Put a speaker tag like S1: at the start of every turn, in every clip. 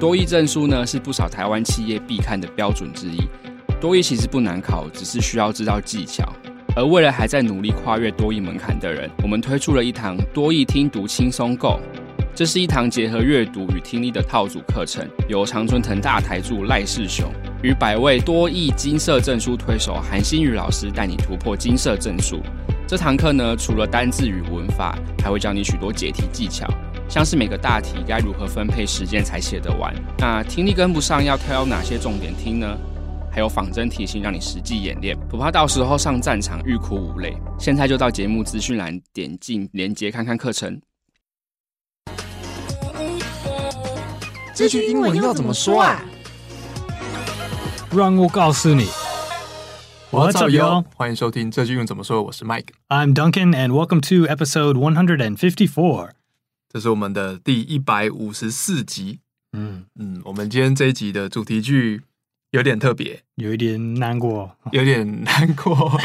S1: 多益证书呢是不少台湾企业必看的标准之一。多益其实不难考，只是需要知道技巧。而为了还在努力跨越多益门槛的人，我们推出了一堂多益听读轻松购。这是一堂结合阅读与听力的套组课程，由常春藤大台柱赖世雄与百位多益金色证书推手韩新宇老师带你突破金色证书。这堂课呢，除了单字与文法，还会教你许多解题技巧，像是每个大题该如何分配时间才写得完，那听力跟不上要挑哪些重点听呢？还有仿真题型让你实际演练，不怕到时候上战场欲哭无泪。现在就到节目资讯栏点进链接看看课程。
S2: 这句英文要怎么说啊？
S3: 让我告诉你。
S4: What's up, yo？欢迎收听这句英文怎么说，我是 Mike，
S3: I'm Duncan, and welcome to episode 154.
S4: 这是我们的第一百五十四集。
S3: 嗯，
S4: 嗯，我们今天这一集的主题句有点特别，
S3: 有一点难过。
S4: 有点难过。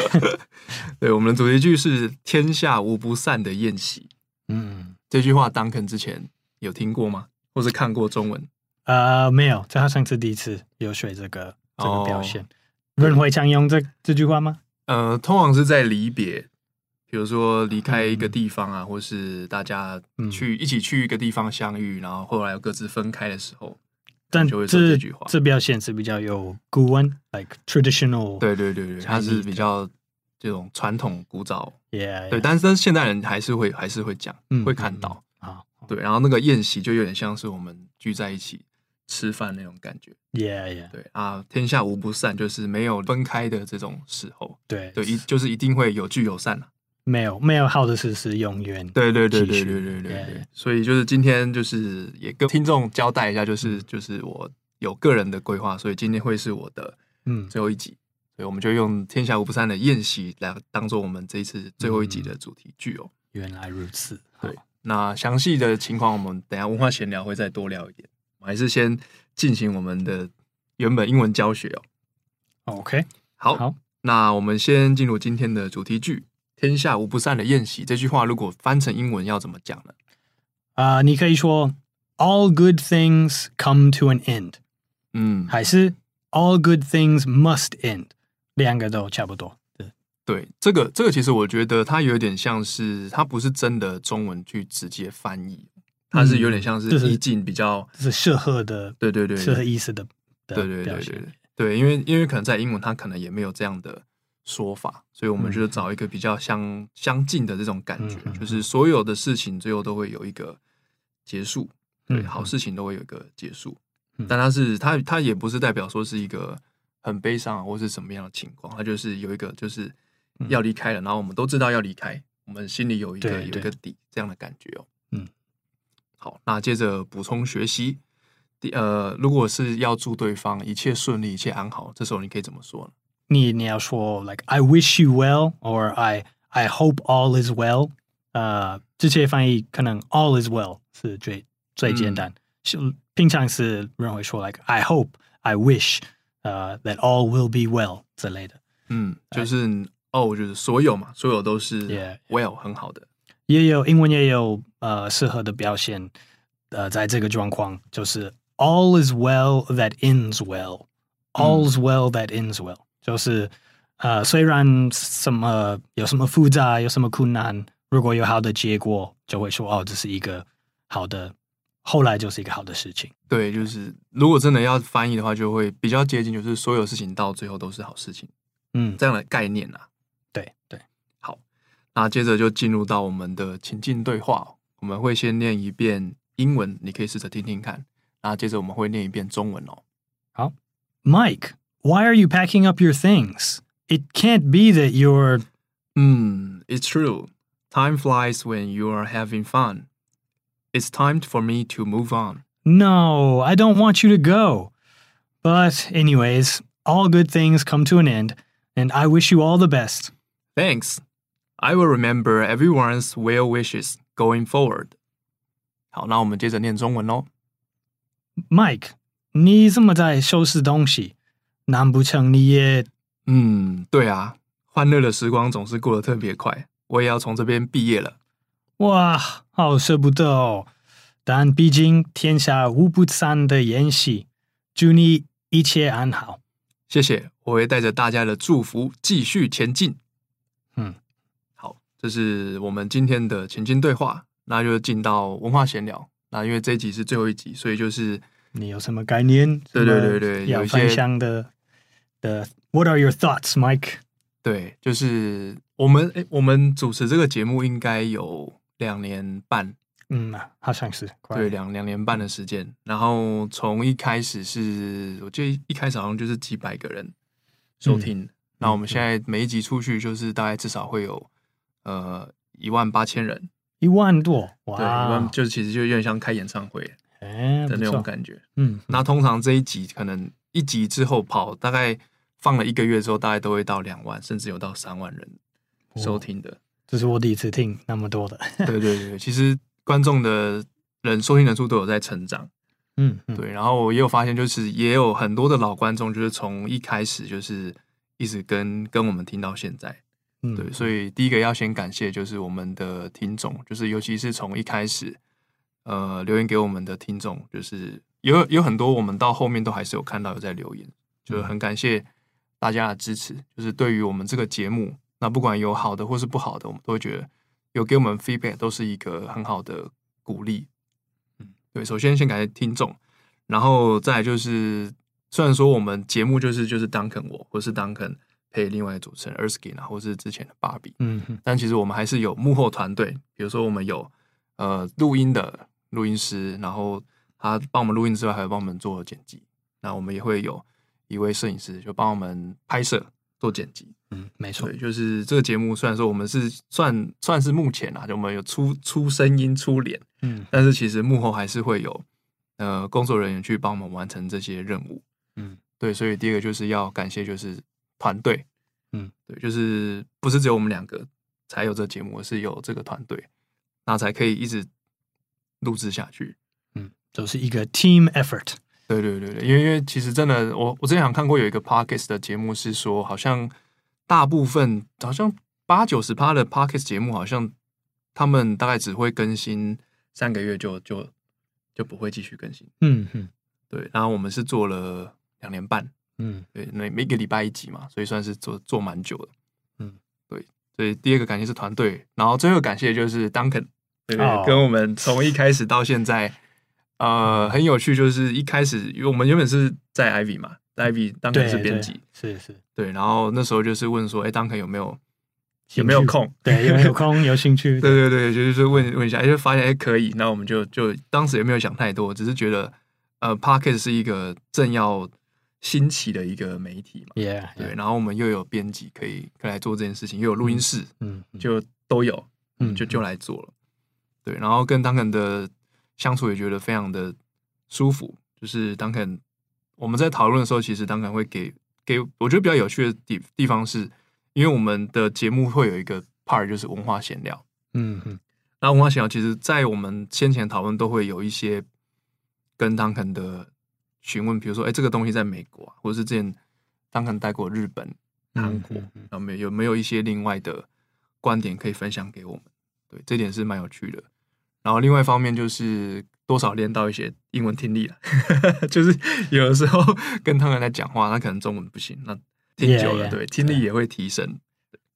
S4: 对，我们的主题句是“天下无不散的宴席
S3: 嗯，”。
S4: 这句话，Duncan 之前有听过吗？或是看过中文？
S3: 呃，没有，这好像是第一次有学这个这个
S4: 哦
S3: 表现。润慧常用这这句话吗？
S4: 呃，通常是在离别，比如说离开一个地方啊，或是大家
S3: 嗯
S4: 去一起去一个地方相遇，然后后来又各自分开的时候。
S3: 但
S4: 就会说
S3: 这
S4: 这句话
S3: 这表现是比较有古文，like traditional。
S4: 对对对对，它是
S3: Chinese
S4: 比较这种传统古早
S3: ，yeah,
S4: 对，但是但是现代人还是会还是会讲，
S3: 哎嗯
S4: 会看到。
S3: 啊
S4: 对，然后那个宴席就有点像是我们聚在一起吃饭那种感觉。
S3: ，yeah yeah，
S4: 对啊，天下无不散，就是没有分开的这种时候。
S3: 对
S4: 对，一就是一定会有聚有散了、啊
S3: 没有没有好的事是永远。
S4: 对对对
S3: 继
S4: 对
S3: 续
S4: 对对对对
S3: Yeah, yeah
S4: 所以就是今天就是也跟听众交代一
S3: 嗯
S4: 下，就是就是我有个人的规划，所以今天会是我的
S3: 嗯，
S4: 最后一集。所以我们就用“天下无不散”的宴席来当做我们这一次最后一集的主题剧哦。
S3: 原来如此。
S4: 对那详细的情况，我们等一下文化闲聊会再多聊一点。我们还是先进行我们的原本英文教学哦。
S3: ，OK，
S4: 好，
S3: 好，
S4: 那我们先进入今天的主题句“天下无不散的宴席”。这句话如果翻成英文要怎么讲呢？
S3: 啊，你可以说 Uh, All good things come to an end。
S4: 嗯，
S3: 还是 all good things must end，两个都差不多。对，
S4: 对，这个这个其实我觉得它有点像是，它不是真的中文去直接翻译，它是有点像
S3: 嗯就是
S4: 是意境比较，
S3: 这是适合的，
S4: 对对对，
S3: 适合意思的的
S4: 对对
S3: 表
S4: 对对
S3: 现。
S4: 对对，因为因为可能在英文它可能也没有这样的说法，所以我们就是找一个比较相、相近的这种感觉，
S3: 嗯嗯嗯
S4: 就是所有的事情最后都会有一个结束，对，
S3: 嗯
S4: 好事情都会有一个结束，
S3: 嗯
S4: 但它是它它也不是代表说是一个很悲伤啊或是什么样的情况，它就是有一个就是要离开了，然后我们都知道要离开，我们心里有一个
S3: 嗯对
S4: 有一
S3: 对
S4: 个底这样的感觉哦。
S3: 嗯，
S4: 好，那接着补充学习。第呃，如果是要祝对方一切顺利、一切安好，这时候你可以怎么说呢？
S3: 你你要说 like I wish you well or I I hope all is well，呃，Uh, 这些翻译可能 all is well 是最最简单。是平常是认为说 like I hope I wish，呃、that all will be well 之类的。
S4: 嗯，就是哦，就是所有嘛，所有都是
S3: 哎 Yeah,
S4: well 很好的。
S3: 也有英文也有呃适合的表现，呃，在这个状况就是 all is well that ends well，all's well that ends well，就是呃虽然什么有什么复杂有什么困难，如果有好的结果，就会说哦这是一个好的，后来就是一个好的事情。
S4: 对，就是如果真的要翻译的话，就会比较接近，就是所有事情到最后都是好事情
S3: 嗯，
S4: 这样的概念啊。
S3: 对对，
S4: 好，那接着就进入到我们的情境对话哦、我们会先念一遍英文，你可以试着听听看。那接着我们会念一遍中文哦。
S3: 好，Mike。Why are you packing up your things? It can't be that you're
S4: 嗯，It's true. Time flies when you are having fun. It's time for me to move on.
S3: No, I don't want you to go. But, anyways, all good things come to an end, and I wish you all the best.
S4: Thanks. I will remember everyone's well wishes going forward. 好，那我们接着念中文哦喽。
S3: Mike, 你怎么在收拾东西？难不成你也……
S4: 嗯，对啊，欢乐的时光总是过得特别快，我也要从这边毕业了。
S3: oh. 哇，好舍不得哦。但毕竟天下无不散的宴席，祝你一切安好。
S4: 谢谢，我会带着大家的祝福继续前进。
S3: 嗯，
S4: 好，这是我们今天的前进对话，那就进到文化闲聊。那因为这一集是最后一集，所以就是
S3: 你有什么概念？
S4: 对对对对
S3: 什么
S4: 有
S3: 要
S4: 一些
S3: 分享的的？What are your thoughts, Mike？
S4: 对，就是我们诶，我们主持这个节目应该有两年半，
S3: 嗯，好像是快
S4: 对，两两年半的时间。然后从一开始是，我记得一开始好像就是几百个人收听，那、我们现在每一集出去就是大概至少会有呃一万八千人，
S3: 一万多，
S4: 对，一
S3: 哇
S4: 万，就是其实就有点像开演唱会的
S3: 哎，不
S4: 那种
S3: 错，
S4: 感觉。
S3: 嗯，
S4: 那通常这一集可能一集之后跑，大概放了一个月之后，大概都会到两万，甚至有到三万人收听的。
S3: 这是我第一次听那么多的，
S4: 对对对，其实观众的人收听人数都有在成长。
S3: 嗯，嗯，
S4: 对，然后我也有发现，就是也有很多的老观众，就是从一开始就是一直跟跟我们听到现在。
S3: 嗯
S4: 对，所以第一个要先感谢就是我们的听众，就是尤其是从一开始呃留言给我们的听众，就是有有很多我们到后面都还是有看到有在留言，就是很感谢大家的支持，就是对于我们这个节目，那不管有好的或是不好的，我们都会觉得有给我们 feedback 都是一个很好的鼓励。嗯，对，首先先感谢听众，然后再来就是虽然说我们节目就是就是 Duncan 我或是 Duncan 配另外一个主持人 Erskine 啊，或是之前的芭比，
S3: 嗯嗯
S4: 但其实我们还是有幕后团队，比如说我们有呃录音的录音师，然后他帮我们录音之外，还有帮我们做剪辑。那我们也会有一位摄影师，就帮我们拍摄、做剪辑。
S3: 嗯，没错
S4: 对，，就是这个节目，虽然说我们是算算是目前啊，就我们有出出声音、出脸，
S3: 嗯
S4: 但是其实幕后还是会有呃工作人员去帮我们完成这些任务。
S3: 嗯，
S4: 对，所以第一个就是要感谢就是团队，
S3: 嗯，
S4: 对，就是不是只有我们两个才有这节目，而是有这个团队，那才可以一直录制下去。
S3: 嗯，就是一个 team effort，
S4: 对对对对，因为因为其实真的，我我之前好像看过有一个 podcast 的节目是说，好像大部分好像八九十趴的 podcast 节目，好像他们大概只会更新三个月就就就不会继续更新。
S3: 嗯嗯
S4: 对，然后我们是做了两年半，
S3: 嗯
S4: 对，每每个礼拜一集嘛，所以算是做做蛮久的。
S3: 嗯，
S4: 对，所以第二个感谢是团队，然后最后感谢就是 Duncan，对，
S3: 哦
S4: 跟我们从一开始到现在，呃，很有趣，就是一开始因为我们原本是在 Ivy 嘛，Ivy 当
S3: 对，
S4: 然是编辑，
S3: 对，是是，
S4: 对，然后那时候就是问说，哎，Duncan 有没有有没有
S3: 兴趣？
S4: 空？
S3: 对，有没有空？有兴趣？
S4: 对对对，就是问问一下，因为发现哎可以，那我们就就当时也没有想太多，只是觉得呃 p o c k e t 是一个正要兴起的一个媒体嘛，
S3: ，Yeah，
S4: 对，
S3: yeah，
S4: 然后我们又有编辑可以可以来做这件事情，又有录音室，
S3: 嗯，嗯
S4: 就都有，
S3: 嗯
S4: 就就来做了。对，然后跟 Duncan 的相处也觉得非常的舒服，就是 Duncan 我们在讨论的时候，其实 Duncan 会给给我觉得比较有趣的地地方是，因为我们的节目会有一个 part 就是文化闲聊。
S3: 嗯嗯
S4: 那文化闲聊其实，在我们先前讨论都会有一些跟当肯的询问，比如说，哎，这个东西在美国、啊，或者是之前当肯待过日本、
S3: 嗯
S4: 韩国
S3: 嗯嗯，
S4: 然后没有有没有一些另外的观点可以分享给我们？对，这点是蛮有趣的。然后另外一方面就是多少练到一些英文听力了， 就是有的时候跟他们在讲话，他可能中文不行，那听久了
S3: Yeah, yeah，
S4: 对，听力也会提升。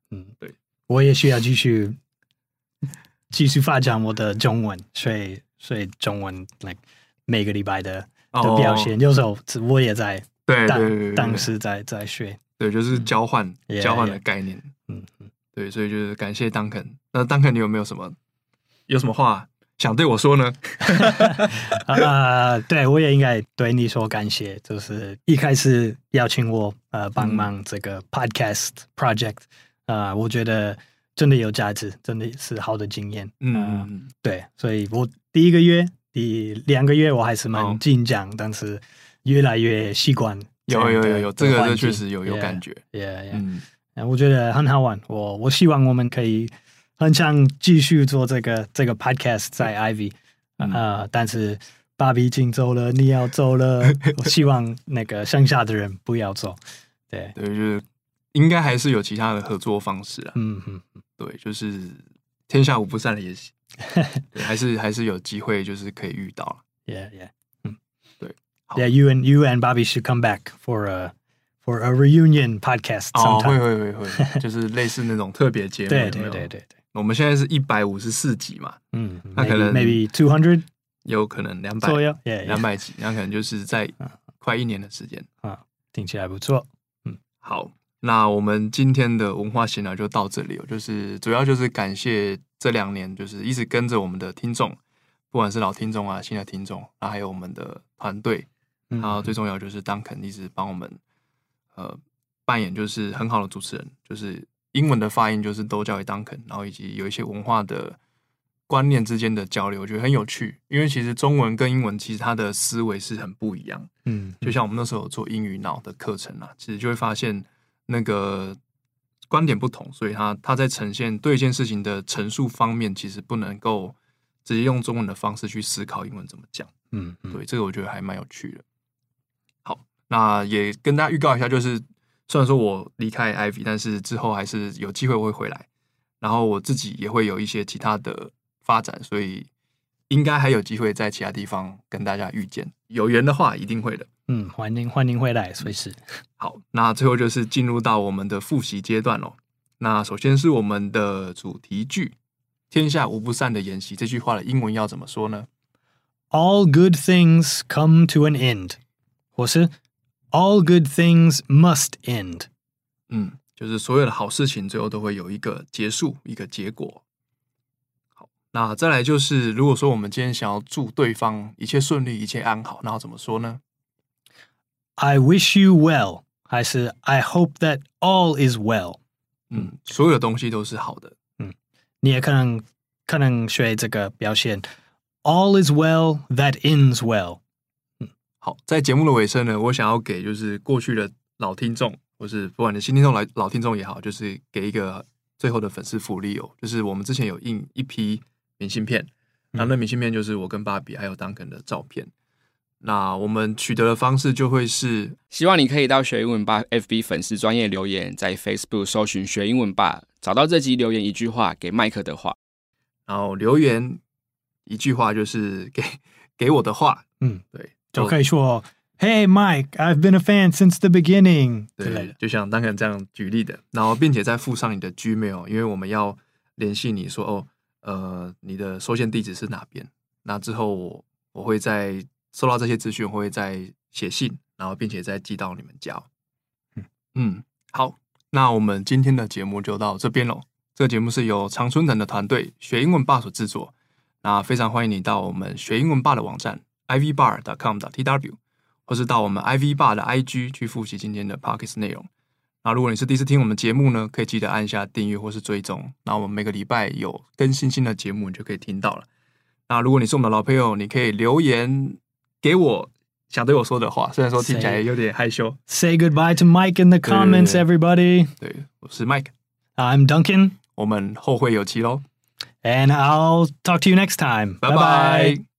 S3: 嗯，
S4: 对，
S3: 我也需要继续继续发展我的中文， 所以所以中文 like 每个礼拜的的表现，有时候我也在
S4: 哦对对对对
S3: 当
S4: 对
S3: 当时在在学，
S4: 对，就是交换、
S3: 嗯 Yeah,
S4: 交换的
S3: yeah
S4: 概念。
S3: 嗯嗯。
S4: 对，所以就是感谢 Duncan。那 Duncan，你有没有什么有什么话想对我说呢？
S3: 啊、对，我也应该对你说感谢，就是一开始邀请我呃帮忙这
S4: 嗯
S3: 个 podcast project，啊、我觉得真的有价值，真的是好的经验。呃
S4: 嗯，
S3: 对，所以我第一个月、第两个月我还是
S4: 哦
S3: 蛮紧张，但是越来越习惯这样
S4: 有
S3: 的。
S4: 有有有，这个
S3: 环
S4: 这
S3: 境
S4: 确实有有感。觉。
S3: Yeah, yeah, yeah.
S4: 嗯，
S3: 呃我觉得很好玩。我我希望我们可以很想继续做这个这个 podcast 在 Ivy 啊、
S4: 嗯
S3: 呃但是芭比已经走了，你要走 了，我希望那个剩下的人不要走。对，
S4: 对，就是应该还是有其他的合作方式啊。
S3: 嗯嗯，
S4: 对，就是天下无不散的宴席，对，还是还是有机会，就是可以遇到了。
S3: Yeah, yeah. Hmm.
S4: 好
S3: Yeah, you and you and Bobby should come back for a for a reunion podcast
S4: 哦，会
S3: sometime.
S4: 会会会，就是类似那种特别节目。有没有
S3: 对对对对对。嗯
S4: 我们现在是一百五十四集嘛，那可
S3: Hmm.
S4: 能-
S3: maybe maybe two hundred
S4: 有可能两百
S3: 左右。Yeah, 嗯
S4: 两百集，那可能就是在快一年的时间。
S3: 听起来不错。
S4: 好，那我们今天的文化闲聊就到这里哦，就是主要就是感谢这两年就是一直跟着我们的听众，不管是老听众啊、新的听众，然后还有我们的团队，
S3: Hmm.
S4: 然后最重要就是当肯一直帮我们呃扮演就是很好的主持人，就是英文的发音就是都叫为当肯，然后以及有一些文化的。观念之间的交流，我觉得很有趣，因为其实中文跟英文其实它的思维是很不一样的。
S3: 嗯，
S4: 就像我们那时候有做英语脑的课程啊，其实就会发现那个观点不同，所以他他在呈现对一件事情的陈述方面，其实不能够直接用中文的方式去思考英文怎么讲。
S3: 嗯，嗯，
S4: 对，这个我觉得还蛮有趣的。好，那也跟大家预告一下，就是虽然说我离开 Ivy，但是之后还是有机会我会回来，然后我自己也会有一些其他的发展，所以应该还有机会在其他地方跟大家遇见。有缘的话，一定会的。
S3: hmm. 嗯，欢迎欢迎回来，随时。
S4: 好，那最后就是进入到我们的复习阶段喽。那首先是我们的主题句“天下无不散的筵席”这句话的英文要怎么说呢？
S3: All good things come to an end. 或是 All good things must end.
S4: 嗯，就是所有的好事情最后都会有一个结束，一个结果。好，那再来就是，如果说我们今天想要祝对方一切顺利、一切安好，那要怎么说呢？
S3: I wish you well. 还是 I hope that all is well.
S4: 嗯，所有的东西都是好的。
S3: 你也可能可能学这个表现。All is well that ends well.
S4: 好，在节目的尾声呢，我想要给就是过去的老听众，或是不管你新听众来老听众也好，就是给一个最后的粉丝福利哦，就是我们之前有印一批明信片，那那明信片就是我跟芭比还有 Duncan 的照片。那我们取得的方式就会是
S1: 希望你可以到学英文吧 FB 粉丝专业留言，在 Facebook 搜寻学英文吧，找到这集留言一句话给麦克的话。
S4: 然后留言一句话，就是给 给我的话，
S3: 嗯，
S4: 对，
S3: 就可以说 Hey Mike, I've been a fan since the beginning
S4: 对，就像 Duncan 这样举例的，然后并且再附上你的 Gmail，因为我们要联系你说哦，呃，你的收件地址是哪边？那之后我我会在收到这些资讯，我会再写信，然后并且再寄到你们家哦。嗯，好，那我们今天的节目就到这边喽。这个节目是由常春藤的团队学英文爸所制作，那非常欢迎你到我们学英文爸的网站 ivbar.com.tw，或是到我们 IV 爸的 IG 去复习今天的 Pockets 内容。那如果你是第一次听我们节目呢，可以记得按下订阅或是追踪。那我们每个礼拜有更新新的节目，你就可以听到了。那如果你是我们的老朋友，你可以留言给我想对我说的话，虽然说听起来有点害羞。
S3: Say goodbye to Mike in the comments,
S4: 对，对，对。
S3: everybody.
S4: 对，我是 Mike，
S3: I'm Duncan,
S4: 我们后会有期喽，
S3: and I'll talk to you next time.
S4: 拜拜